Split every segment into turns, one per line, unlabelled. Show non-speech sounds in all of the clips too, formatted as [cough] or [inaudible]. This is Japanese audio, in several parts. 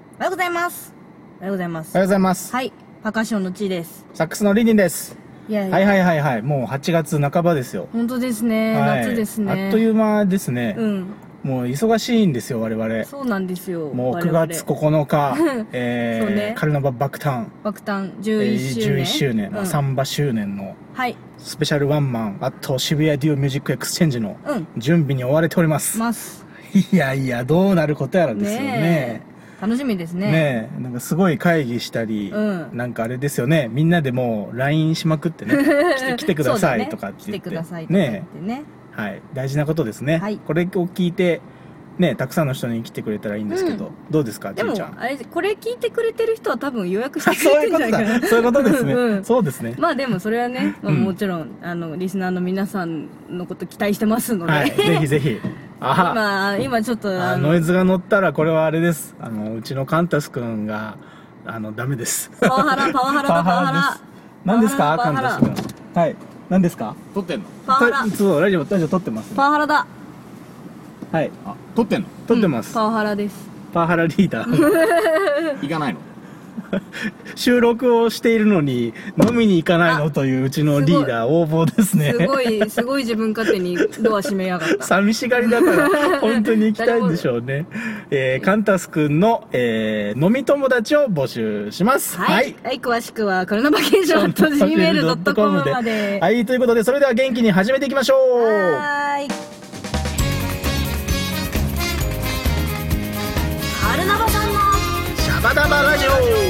おはようございます。おはようございま
おは
す。
ようございます。
はい。パーカッションの地です。
サックスのリリンです。
いやいや、
はいはいはいはい。もう8月半ばですよ。
本当ですね、
はい
夏ですね。。
あっというう間ですね。
うん。
もう忙しいんですよ、我々。
そうなんですよ。
もう
我
9
々
月9日、
[laughs]
え
そうね
ー、カルナバ爆誕、
爆誕
えー
11周年。
11周年、
うん
サンバ周年の
はい。
スペシャルワンマン、あと渋谷デュオミュージックエクスチェンジの
うん。
準備に追われております。
ます。
いやいや、どうなることやらですよね。
え楽しみですね。
ねえ、なんかすごい会議したり、
うん
なんかあれですよね、みんなでもう LINE しまく
[laughs]
ってね、来て来てくださいとかって
そうだね
言
来
って。
てくださいとか言っ
ね
てね。
え、はい、大事なことですね。
はい
これを聞いて、ね、たくさんの人に来てくれたらいいんですけど、
う
どうですか、
で
て
も [laughs]
ぃちゃん。
あれこれ聞いてくれてる人は多分予約し
あ
てく
そう
れ
い
て
うんこ
じゃない
と
か
だ。
な。
[laughs] そういうことですね。
うんうん
そうですね。
[laughs] まあでもそれはね、まあ、
うん
もちろんあのリスナーの皆さんのこと期待してますので、 [laughs]
はい、ぜひぜひ。あ
今今ちょっと
あ
あ
ノ
の
イズが乗ったら、これはあれです。あの、うちのカンタス君が、あの、ダメです。
パワハラパワハラだパワハラ
何ですか
パ
カ
ワ
ン
ハラ
タス君。はい。何ですか
撮ってんの
パワハラ
たそう、ラジオ、ラジオ撮ってます、
パワハラだ
はい。
あ撮ってんの
撮ってます。
うんパワハラです
パワハラリーダー。
[laughs]
行かないの
[laughs] 収録をしているのに、飲みに行かない
あ
のといううちのリーダー、横暴ですね。
すご [laughs] いすごい自分勝手にドア閉めやがった
[laughs] 寂しがりだから、本当に行きたいんでしょう
[laughs]
ね。えー、カンタスくんの、えー飲み友達を募集します。
はい、はい、詳しくはカルナバケーションと gmail.com まで
は
はい
い、ということで、それでは元気に始めていきましょう。
カルナバさんの
シャバダバラジオ。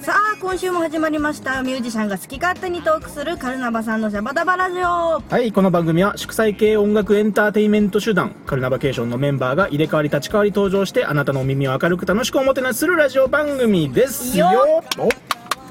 さあ今週も始まりましたミュージシャンが好き勝手にトークするカルナバさんのシャバダバラジオ
はい、この番組は祝祭系音楽エンターテインメント集団、カルナバケーションのメンバーが入れ替わり立ち替わり登場して、あなたのお耳を明るく楽しくおもてなしするラジオ番組ですよ。
よ
お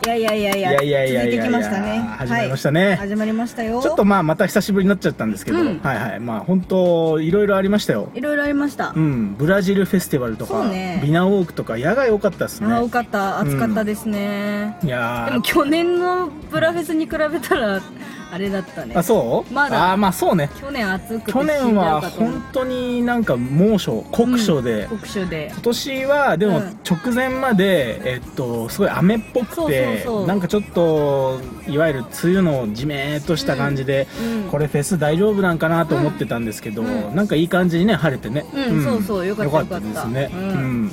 いやいやいやい
い
や
やいやいやいやいや
続いてきましたね
始まりましたね
はい、始まりましたよ
ちょっとまあまた久しぶりになっちゃったんですけど、
うん
はいはいまあ本当いろいろありましたよ
いろいろありました、
うんブラジルフェスティバルと
そ
か、
うね
ビナウォークとか野外多かったですね
あ多かった暑かったですね、
いや
で
ー
も去年のブラフェスに比べたらあれだったね
あそう
まだ
あーまあそうね
去年暑くて
去年は本当になんか猛暑酷暑で、
酷暑で
今年はでも
うん
直前まで、えっとすごい雨っぽくて
そうそうそう
なんかちょっといわゆる梅雨のじめーっとした感じで、
うん
これフェス大丈夫なんかなと思ってたんですけど、
うん
なんかいい感じにね晴れてね、
うんそうそうよかった
で
よかっ
す
た
ね、
う
うんん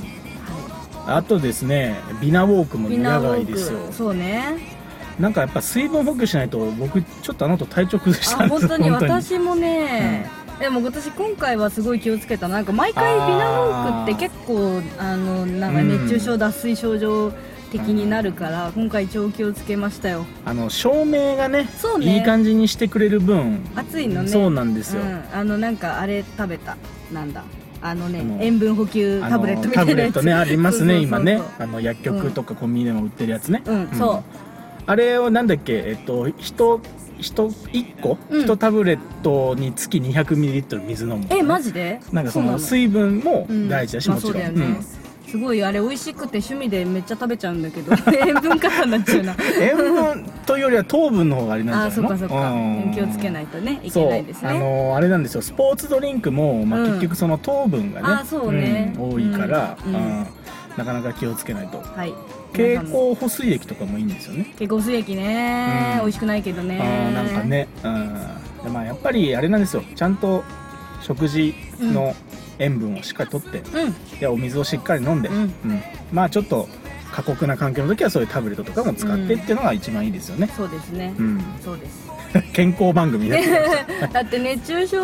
あとですねビナウォークも
み
野
んな多
外
く
です [laughs] よ
そうね
なんかやっぱ水分補給しないと僕ちょっとあの後体調崩した
あ
んです
本当に
本当に
私もね、でも私今回はすごい気をつけたなんか毎回
あー
ビナウォークって結構あのなんか
うん
熱中症脱水症状的になるから、今回一応気をつけましたよ
あの照明がね
そうね
いい感じにしてくれる分
暑いのね
そうなんですよ、
うんあのなんかあれ食べたなんだあのね
あの
塩分補給
あの
タブレットみた
タ
い
ブ
な
レ
や
ッ
つ
トねありますね
そうそうそう
今ねあの薬局とかコンビニでも売ってるやつね
うん、そう
あれをなんだっけえっと人人1個、
うん
一タブレットにつき200ミリリットル水飲む
えマジで
なんかそうの水分も大事だし、
うん
もちろん、
まあ、そうだよね、すごいあれ美味しくて趣味でめっちゃ食べちゃうんだけど [laughs] 塩分過多になっちゃうな
うん塩分というよりは糖分の方があれ
あ
な
ー
んじ
そ
ゃ
っ
な
か
いの
そっか
うん
気をつけないとねいけないです
そうあ
ね
のーあれなんですよスポーツドリンクも、まあ
うん
結局その糖分がね,、
あそうね
ん多いから、
うん
うんなかなか気をつけないと
はい
経
皆さんも
口補水液とかもいいんですよね
蛍光水液ね、
うん
美味しくないけどね
あーなんかね、うんでまあ、やっぱりあれなんですよちゃんと食事の塩分をしっかりとって、
う
でお水をしっかり飲んで、
うん
うんまあちょっと過酷な環境の時はそういうタブレットとかも使ってっていうのが一番いいですよね
ん、そうですね、
うん [laughs]
そうです
健康番組で
[laughs] だって熱中症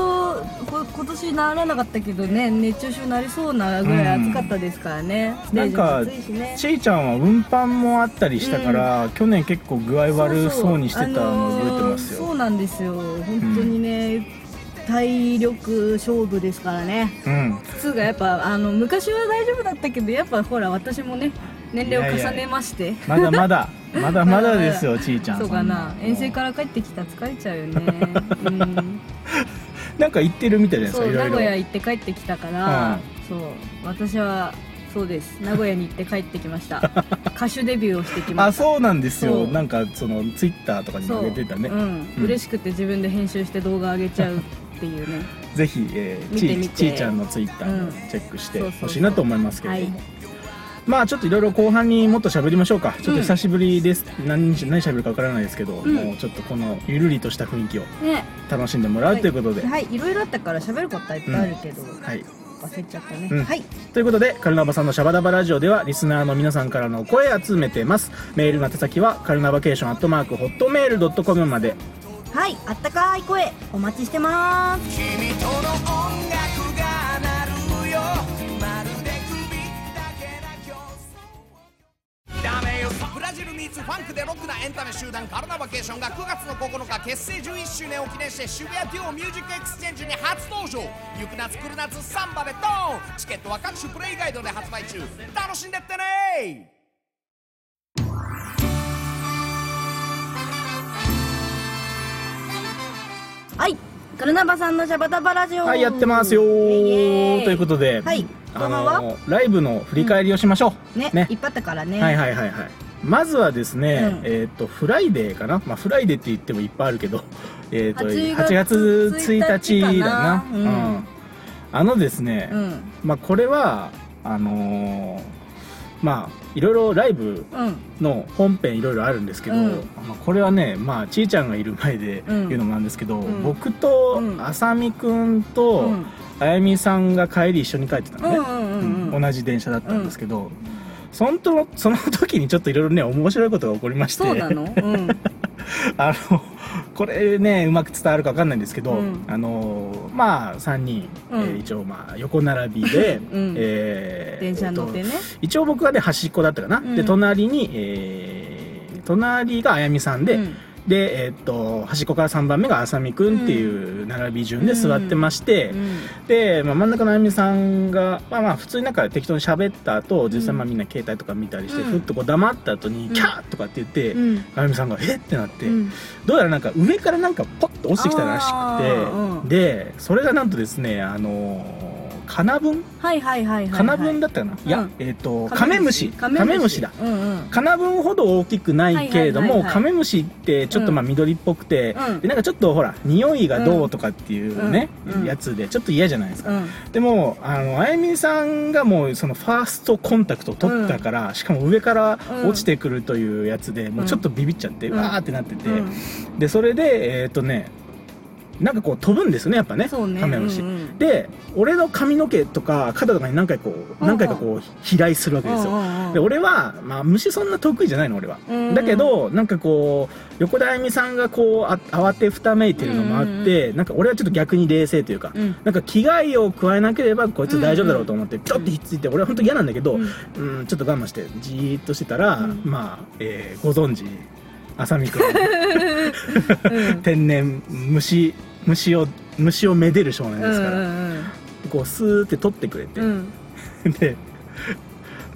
こ今年ならなかったけどね熱中症なりそうなぐらい暑かったですからね、ステージも暑いしね
ちいちゃんは運搬もあったりしたから、去年結構具合悪そうにしてたの覚えてます
あのー
よ
そうなんですよ本当にね、体力勝負ですからね
うん
靴がやっぱあの昔は大丈夫だったけどやっぱほら私もね年齢を重ねまして
まだまだまだまだですよちいちゃ
[laughs]
ん
そうかな遠征から帰ってきたら疲れちゃうよ
[laughs]
ね、うん、
らなんか行ってるみたいじゃないで
そ
す
う
か
名
いろいろ
古屋行って帰ってきたから、そう私はそうです名古屋に行って帰ってきま
[laughs]
した歌手デビューをしてきま
あ
した
そうなんです
そ
よ
う
なんかそのツイッターとかにも
そう
上げてたね、
うん
うん
嬉しくて自分で編集して動画上げちゃうっていうね
ぜひ、えー、
見てみ
ち
て
ちーちゃんのツイッターもチェックして
うんそうそうそう
ほしいなと思いますけれども、
はい
まあちょっといろいろ後半にもっと喋りましょうかちょっと久しぶりです、何日何喋るかわからないですけど、
ん
もうちょっとこのゆるりとした雰囲気を
ね
楽しんでもらうということで、
はいいろいろあったから喋ることはいっぱいあるけど、
はい
忘れちゃったね、
うん
はい
ということで、カルナバさんのシャバダバラジオでは、リスナーの皆さんからの声集めてます。メールの宛先は、カルナバケーションアットマーク、ホットメールドットコムまで。
はいあったかい声お待ちしてます
君との音楽が鳴るよまるで首だけな競争ダメよブラジルミーツファンクでロックなエンタメ集団カルナバケーションが9月の9日結成11周年を記念して渋谷デュオミュージックエクスチェンジに初登場ゆく夏来る夏サンバでドーンチケットは各種プレイガイドで発売中楽しんでってね
はいカルナバさんのシャバダバラジオ
はい、やってますよ
イエイ
ーということで、
はい
あ
後半は
のー、ライブの振り返りをしましょう。
ねいっぱいあったからね
はいはいはいはい。まずはですね、
うん
えっ、と、フライデーかなまあ、フライデーって言ってもいっぱいあるけど、 [laughs] えっ、と、
8
8月1日だな。
1日かなうん
うんあのですね、
うん
まあ、これは、あのーまあ、いろいろライブ
うん
の本編いろいろあるんですけど、
うん
まあこれはね、まあ、ちいちゃんがいる前で
うん
言うのもなんですけど、
ん
僕と
うん
あさみくんと、
うん
あやみさんが帰り一緒に帰ってたのね、
うんうんうんうん
同じ電車だったんですけど、そんとその時にちょっといろいろね面白いことが起こりまして
そうなのうん
[laughs] あのこれねうまく伝わるか分かんないんですけど、
うん
あのまあ3人、
うん
えー一応まあ横並びで、
ん
えー
電車に乗ってね
えと一応僕はね端っこだったかな、
うん
で隣に、えー隣があやみさんで、
うん
で、えーっと端っこから3番目があさみくんっていう並び順で座ってまして、
うん
で、まあ、真ん中のあやみさんが、まあ、まあ普通になんか適当に喋った後実際まあみんな携帯とか見たりして、
うん
ふっとこう黙った後に「
うん
キャー!」とかって言って、
うん
あやみさんが「えっ?」てなって、
うん
どうやらなんか上からなんかポッと落ちてきたらしくて、
あーうん
でそれがなんとですねあのーかなぶん
はいはいはいはいはい
かなぶんだったかな、いや、
うん
えっ、とカメムシ
カメ
カメ
ムシ
ムシだ
うんうん
カナブンほど大きくないけれど
はいはいはい
も
はい
カメムシってちょっとまあ緑っぽくて、
うん
でなんかちょっとほら匂いがどうとかっていうね、
うんうん
やつでちょっと嫌じゃないですか
うん
でもあのあやみさんがもうそのファーストコンタクトを取ったから、しかも上から落ちてくるというやつで、もうちょっとビビっちゃって、
うん
わーってなってて、
うん
でそれでえーっ、とねなんかこう飛ぶんですよねやっぱね
そうね
カメムシ、
うんうん
で俺の髪の毛とか肩とかに何回こう何回かこう飛来するわけですよ、
うんうん
で俺は、まあ、虫そんな得意じゃないの俺は、
うん
だけどなんかこう横田あゆみさんがこうあ慌てふためいてるのもあって、なんか俺はちょっと逆に冷静というか、
うん
なんか危害を加えなければこいつ大丈夫だろうと思って、ピョッてひっついて俺は本当嫌なんだけど、うんちょっと我慢してじーっとしてたら、
うん
まあ、えーご存知浅見君
うん
天然虫虫を虫をめでる少年
う
ですから、
んうん
こうスーって取ってくれて、
うん
[laughs] で、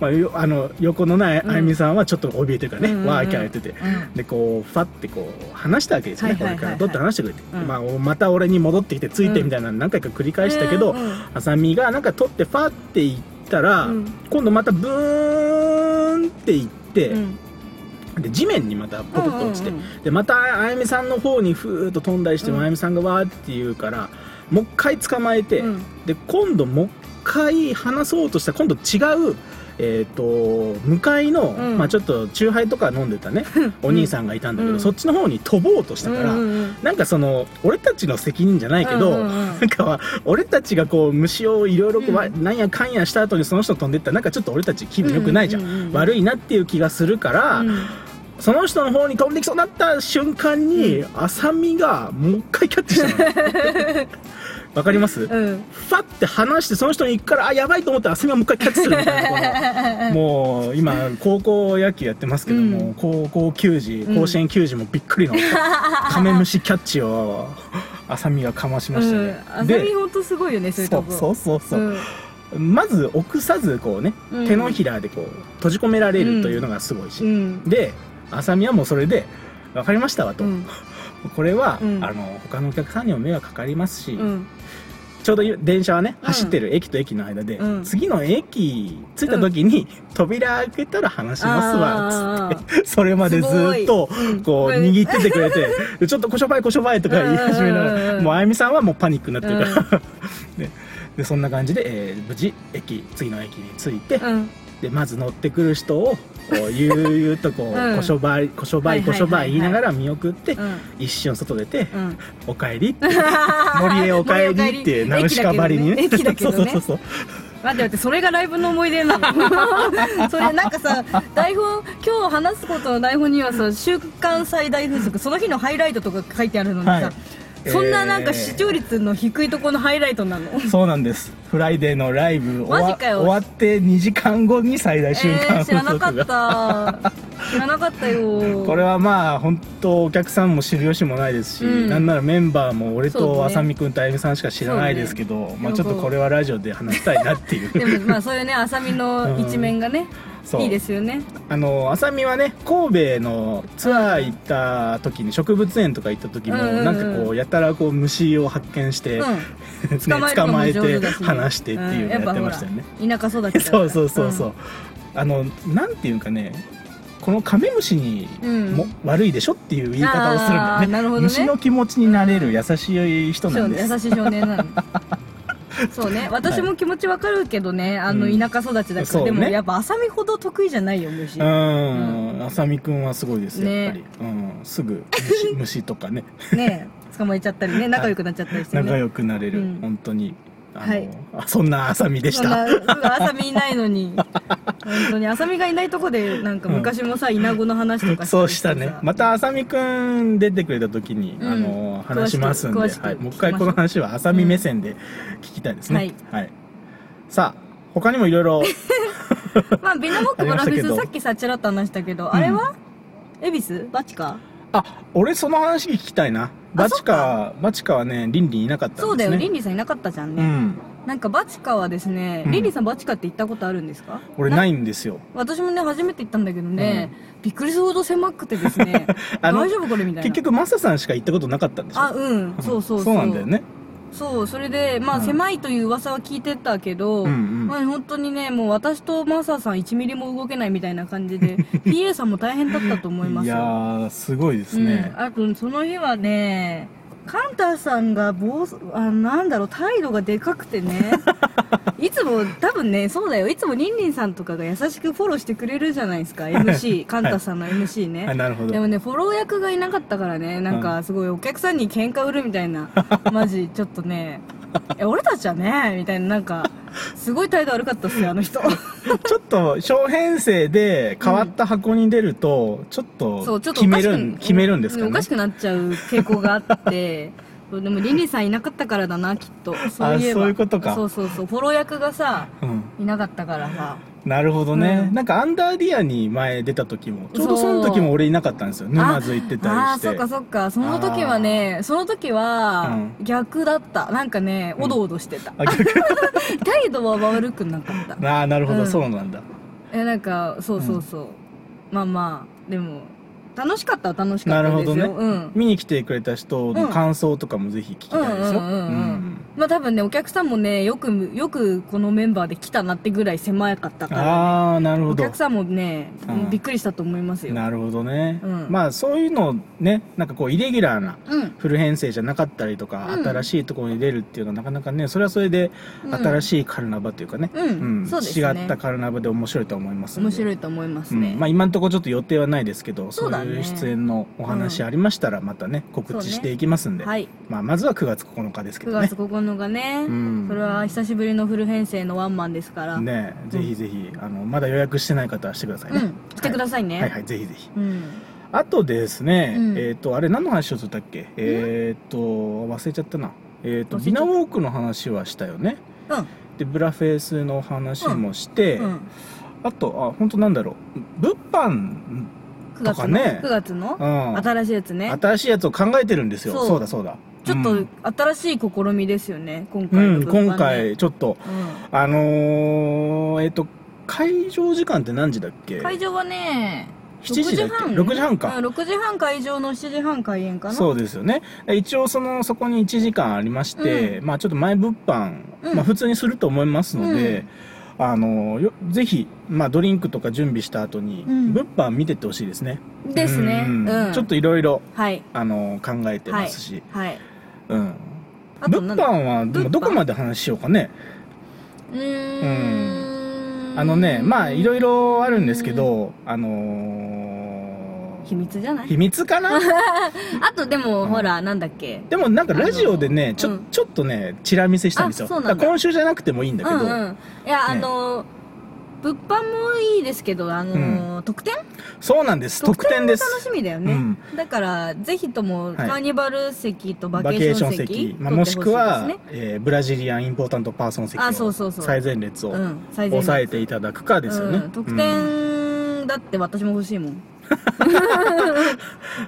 まあ、よあの横のない
うん
あゆみさんはちょっと怯えてるからね、
うんうんうん
わーキャー言ってて、
うん
でこうファってこう話したわけですよね、
はいはいはいはい
俺からドッて話してくれて、
うん
まあ、また俺に戻ってきてついてみたいなの何回か繰り返したけど、
うんうん
あさみがなんか取ってファっていったら、
うん
今度またブーンっていって、
うん
で地面にまたポコッと落ちて、
うんうん
でまたあやみさんの方にふーっと飛んだりして、
うん
あやみさんがわーって言うからもう一回捕まえて、
うん
で今度もう一回話そうとしたら今度違う、えー、と向かいの、
うん
まあ、ちょっとチューハイとか飲んでたねお兄さんがいたんだけど、
うん
そっちの方に飛ぼうとしたから、
うんうんうん
なんかその俺たちの責任じゃないけど、
うんうんうん
なんかは俺たちがこう虫をいろいろこう
うん
わなんやかんやした後にその人飛んでったらなんかちょっと俺たち気分良くないじゃん,、
うんうんうんうん
悪いなっていう気がするから、
うん
その人の方に飛んできそうになった瞬間に、あさみがもう一回キャッチした
[laughs]
のわかります、
うん
ファって話してその人に行くからあやばいと思ったらあさみがもう一回キャッチするみたいなこのもう今高校野球やってますけども、
うん
高校球児甲子園球児もびっくりの、カメムシキャッチをあさみがかましましたね、
あさみほんとすごいよねそういう
そ
と
う
こ
そうそうそう、
うん
まず臆さずこうね、
うん
手のひらでこう閉じ込められるというのがすごいし、
うん
で浅見はもうそれで「分かりましたわ」と、
うん
これは、
うん
あの他のお客さんにも迷惑かかりますし、
うん
ちょうど今電車はね走ってる駅と駅の間で、
うん
次の駅着いた時に、扉開けたら話しますわっつって [laughs] それまでずっとこ
う
う
ん
握っててく
[laughs]
れて「でちょっとこしょばいこしょばい」とか言い始めな
うんうんう
が
ん
ら
うん
もうあやみさんはもうパニックになってるから、 [laughs] ででそんな感じで、えー無事駅次の駅に着いて、
うん
でまず乗ってくる人をこうゆうゆうとこう、
うん
こしょばいこしょばいこしょばい言いながら見送って、
うん
一瞬外出て
うん
「おかえり」って「 [laughs] 森へおかえり」
[laughs]
ってナウシカばりにね
駅だけどね
[laughs] そうそうそう
待って待ってそれがライブの思い出なの [laughs] それなんかさ台本今日話すことの台本にはさ「週刊最大風速」その日のハイライトとか書いてあるのにさ、
はい
そんななん
え
か
ー
視聴率の低いところのハイライトなの、
そうそうなんですフライデーのライブ終
マ
わ
ジかよ
終わって2時間後に最大瞬
え
間
ー、知らな
風
かっ
速が、
た知らなかったよ
これはまあ本当お客さんも知る由もないですし、
うん
なんならメンバーも俺
そう
と
ね
あさみくんとあゆみさんしか知らないですけど、
ね
まあちょっとこれはラジオで話したいなっていう
でもまあそういうね浅見の一面がね、
[laughs] そう
いいですよね
あの浅見はね神戸のツアー行った時に植物園とか行った時も、
うんうんうん
なんかこうやたらこう虫を発見して、
うん
ね
捕まえるの
捕ま
も
え
上手
て
だし、ね、
話してっていうのやってましたよね、
うんやっぱほら田舎育ちだか
そ
ら
うそうそうそう、あのなんていうかねこのカメムシに
うん
も、悪いでしょっていう言い方をするの
あ
ね
ーなるほどね
虫の気持ちになれる優しい人
そ
な
うんね
です
優しい少年
[laughs]
なのそうね私も気持ちわかるけどね、あ
うん
の田舎育ちだから、
そう
で
ね
もやっぱ浅見ほど得意じゃないよ虫、
うん浅見くんはすごいですよやっぱり、うん、すぐ虫虫とかね
ね捕まえちゃったりね仲良くなっちゃったりしてね
仲良くなれる、
うん
本当にあの、
はい
あそんな浅見でし
そん
た
なうん浅見いないの
[laughs]
に本当に浅見がいないとこでなんか昔もさ、稲子の話とか
そうしたね
さ
またあさみくん出てくれた時に、
うん
あの話しますんで、
詳しく詳しく
はい、もう一回この話はあさみ目線で聞きたいですね、
はい
はい、さあ他にもいろ
[laughs]
いろ
[laughs] まあ、ビナモックブラフ
ありましたけ
ェ
ど
ス、さっきさ、ちらっと話したけど、あれは恵比寿バチか
あ俺その話聞きたいなバチカバチカはねリンリンいなかったんです、ね、
そうだよ、リンリさんいなかったじゃん
う
ね。
ん
なんか、バチカはですね
う、ん
リンリさんバチカって行ったことあるんですか
俺ないんですよ、
私もね、初めて行ったんだけどね、びっくりするほど狭くてですね
[laughs] あ
大
の
丈夫これみたい
結
な。
局マサさんしか行ったことなかったんでしょ
あ、うん、そうそう
そうなんだよ。ね
そう、それで、まあ、
うん
狭いという噂は聞いてたけど、
うんうん
まあ、本当にね、もう私とマーサーさん1ミリも動けないみたいな感じ
[laughs]
で、PA さんも大変だったと思います
い
よ。
やーすごいですね、
うん、あとその日はねカンタさんが暴走あなんだろう態度がでかくて
[laughs]
ねいつも多分ねそうだよいつもリンリンさんとかが優しくフォローしてくれるじゃないですか MC カンタさんの MC ね、
あなるほど
でもねフォロー役がいなかったからねなん
う
かすごいお客さんに喧嘩売るみたいなマジちょっとねえ俺たちはねみたいななんかすごい態度悪かったっすよあの
[laughs]
人
ちょっと小編成で変わった箱に出ると、ちょっ
そ
と
うちょっと
決
おか
め
し
るん
く
決めるんですか
う
ね
おかしくなっちゃう傾向があって [laughs] そうでもリンリンさんいなかったからだなきっとそういえば
あそういうことか
そうそうそうフォロー役がさ
うん、
いなかったからさ
なるほどね、
うん
なんかアンダーディアに前出た時もちょうどその時も俺いなかったんですよ沼津行ってた
あ
り
あ
して
そっかそっかその時はねその時は逆だった、なんかねおどおどしてた、[laughs]
あ逆
態度は悪くなか
[laughs]
った
あーなるほど、
うん
そうなんだ
えなんかそうそうそう、まあまあでも楽しかったは楽しか
な
っ
る
た
ほ
です
ど
よ、
ね、
うん
見に来てくれた人の感想とかもぜひ聞きたいですよ、
うんうんうんうんまあ多分ねお客さんもねよくよくこのメンバーで来たなってぐらい狭かったから、
ああなるほ
お
ど
客さんもね、
うん
びっくりしたと思いますよ
なるほどね、
うん
まあそういうのねなんかこうイレギュラーな
うん
フル編成じゃなかったりとか、
うん
新しいところに出るっていうのはなかなかねそれはそれで
うん
新しいカルナバというかね、
うんそうですね
違ったカルナバで面白いと思います
面白
い
いと思います
うん
ね、
まあ、今のところちょっと予定はないですけど
そうだね
いう出演のお話ありましたらまたね告
そう
知
ね
していきますんで、
はい
まあ、まずは9月9日ですけ
9
どね
月9日ね、
うん
それは久しぶりのフル編成のワンマンですから、
ねぜひぜひ、あのまだ予約してない方はしてくださいね、
うん来てくださいね
はいはいはいぜひぜひ
うん
あとですね、
うん
えっ、とあれ何の話をしてたっけえっ、と忘れちゃったなえっ、
忘
と
れちゃった
ビナウォークの話はしたよね
うん
でブラフェイスの話もして、
うん
あとあ本当なんだろう物販、
9月
とか
の
ね
9月の
うん
新しいやつね
新しいやつを考えてるんですよそ
そう
うだそうだ
ちょっ
う
と
ん
新しい試みですよね今
う
回の
ん
物販ね
今回ちょっと
う
あのー、えっ、と会場時間って何時だっけ
ん会場はね
7時だっけ6時半か、
うん6時半会場の7時半開演かな
そううですよね一応そのそこに1時間ありまして、まあちょっと前物販、
うん
まあ、普通にすると思いますので、あのよぜひ、まあ、ドリンクとか準備した後に、
うん
物販見てってほしいですね
ですね
うんうん
うん
ちょっといろいろ
はい
あの考えて
は
ま
い
すし、
はい
うん
あと
物
なん
販
だ
はでも
物販
どこまで話しようかね
うーん
あのねまあいろいろあるんですけ
う
どあの
秘
ー、
密じゃない
秘密かな
あとでも、
うん
ほらなんだっけ
でもなんかラジオでねちょ,、
うん
ちょっとねチラ見せしたんですよ
あそうなんだ
から今週じゃなくてもいいんだけど、
うんうんいや、あの物販もいいですけどあの、特典
そうなんです特典です
も楽しみだよね、
うん
だからぜひとも、
い
カーニバル席とバ
バ
ケ
ケー
ー
シ
シ
ョ
ョ
ン
ン
席
席、
まあ、もしくは、
取ってほしい
えーブラジリアンインポータントパーソン席
あそうそうそう
最前列を
ですねうん最前列
抑えていただくかですよね、
うん、特
うん
典だって私も欲しいもん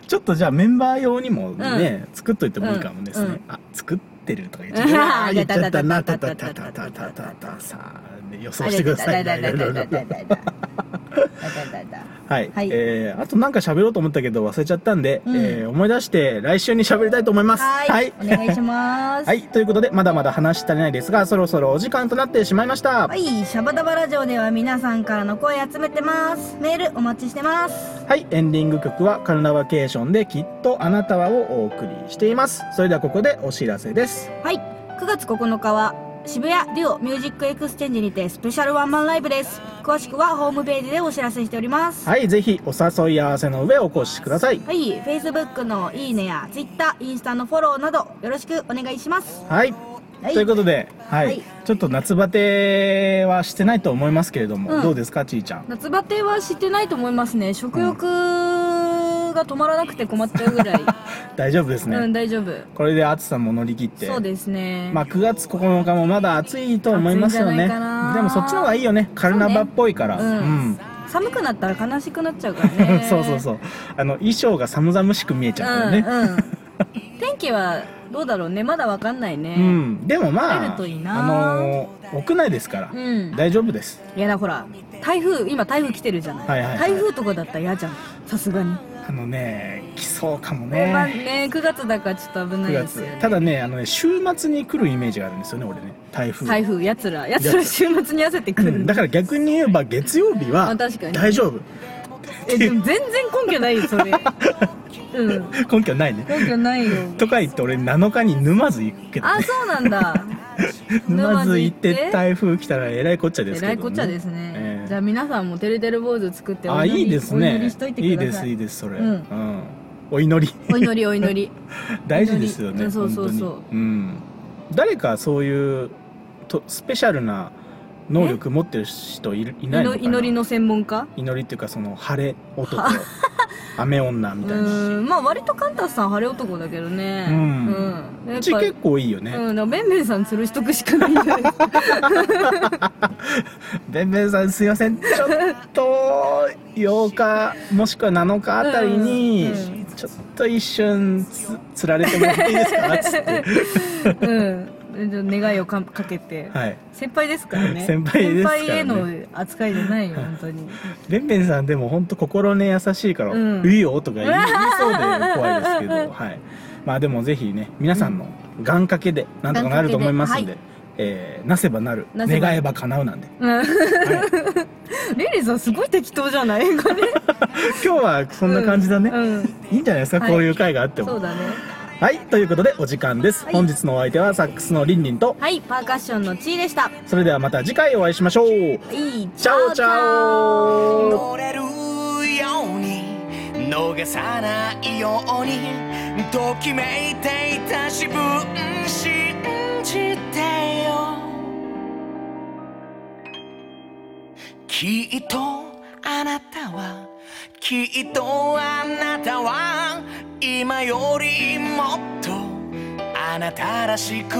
ちょっとじゃあメンバー用にもね、作っといてもいいかもですね、
うん
あ作ってるとか言っちゃったあー言っちゃったなた
た
た
たた
たた
た
た
た
た
た
た
た
た
た
さあで予想してください
あだだだだだだだだだだだだ
はい、
はい
えーあとなんか喋ろうと思ったけど忘れちゃったんで、
うん
えー思い出して来週に喋りたいと思います
はいお願いします
はい、ということで、まだまだ話し足りないですが、そろそろお時間となってしまいました。は、
はいい、シャバダバラジオでは皆さんからの声集めてます。メールお待ちしてます。
エンディング曲はカルナバケーションできっとあなたはをお送りしています。それではここでお知らせです。
はい、9月9日は渋谷デュオミュージックエクスチェンジにてスペシャルワンマンライブです。詳しくはホームページでお知らせしております。
はい、ぜひお誘い合わせの上お越しください。
はい、Facebook のいいねや Twitter、インスタのフォローなどよろしくお願いします。
はい、
はい
ということで、はい、
はい
ちょっと夏バテはしてないと思いますけれども、
うん
どうですか、ちーちゃん。
夏バテは知ってないと思いますね。食欲が止まらなくて困っちゃうぐらい。
大丈夫ですね。
うん、大丈夫。
これで暑さも乗り切って。
そうですね。
まあ9月9日もまだ暑いと思いますよ
暑い
ね
んじゃないかな
でもそっちの方がいいよねカルナバっぽいから
うん
うん
寒くなったら悲しくなっちゃうからね
[laughs] そうそうそうあの衣装が寒々しく見えちゃうからね、
うんうん、天気はどうだろうねまだわかんないね
うんでも
晴れ
まあ
るといいな
あのー屋内ですから、
うん
大丈夫です
いやだほら台風今台風来てるじゃない,、
はいはいはい
台風とかだったら嫌じゃんさすがに、
あのね来そうかも
まあ
ね
ね9月だからちょっと危な
9
いです
月
よね
ただねあのね週末に来るイメージがあるんですよね俺ね台風
台風やつらやつら週末に合わせてく
う
る、
んだから逆に言えば月曜日は
あ確かに
大丈夫
えでも全然根拠ないよ
[laughs]
それうん
根拠ないね
根拠ないよ
とか言って俺7日に沼津行くけどね
あそうなんだ
沼津行っ
沼津行
て
って
台風来たらえらいこっちゃです
え
けど、
らいこっちゃですね、
ええ
じゃあ皆さんもてるてる坊主作ってお
あ
祈り
いいです
お祈
ね
りしといて
いい
く
で
ださ
す
い
いいですそれ、う
うんん
お祈り [laughs]
お祈りお祈り
大事ですよ
う
ね
んそうそうそう
本当にうん、誰かそういうとスペシャルな能力持ってる人いるいないのかな
祈りの専門家
祈りっていうかその晴れ男
[laughs]
雨女み
う
たいな
ーんまあ割とカンタスさん晴れ男だけどね
うん
うんや
う
っ
ち
ぱ
結構いいよね、
うん、だからベンベンさん吊るしとくしかないんじゃ
[laughs]
ないですか
でんべんさんすいませんちょっと8日もしくは7日あたりに、
うんうん
ちょっと一瞬つつられてもらっていいですかつって
[laughs] うんじゃあ願いをかかけて、
はい
先輩ですからね
先輩ですからね
先輩への扱いじゃないよ本当に
べんべんさんでも本当心根優しいから「
うん
いいよ」とか言い言いそうで怖いですけ
[laughs]
ど、はい、まあでもぜひね皆さんの願掛けでなんとかなると思いますんで
願掛けで
えーなせばなる
なせば
願えば叶うな
[laughs]
んで、
うん
はい、
レイレイさんすごい適当じゃ
[laughs]
ないこれ
今日はそんな感じだね、
うんうん
いいんじゃないですか、
はい
こういう会があって
そう
も
だね
はいということでお時間です、
はい
本日のお相手はサックスのりんりんと
はいパーカッションのチーでした
それではまた次回お会いしましょう
いい
チャオチャオ
乗れるように逃さないようにときめいていた自分信じてよきっとあなたはきっとあなたは今よりもっとあなたらしく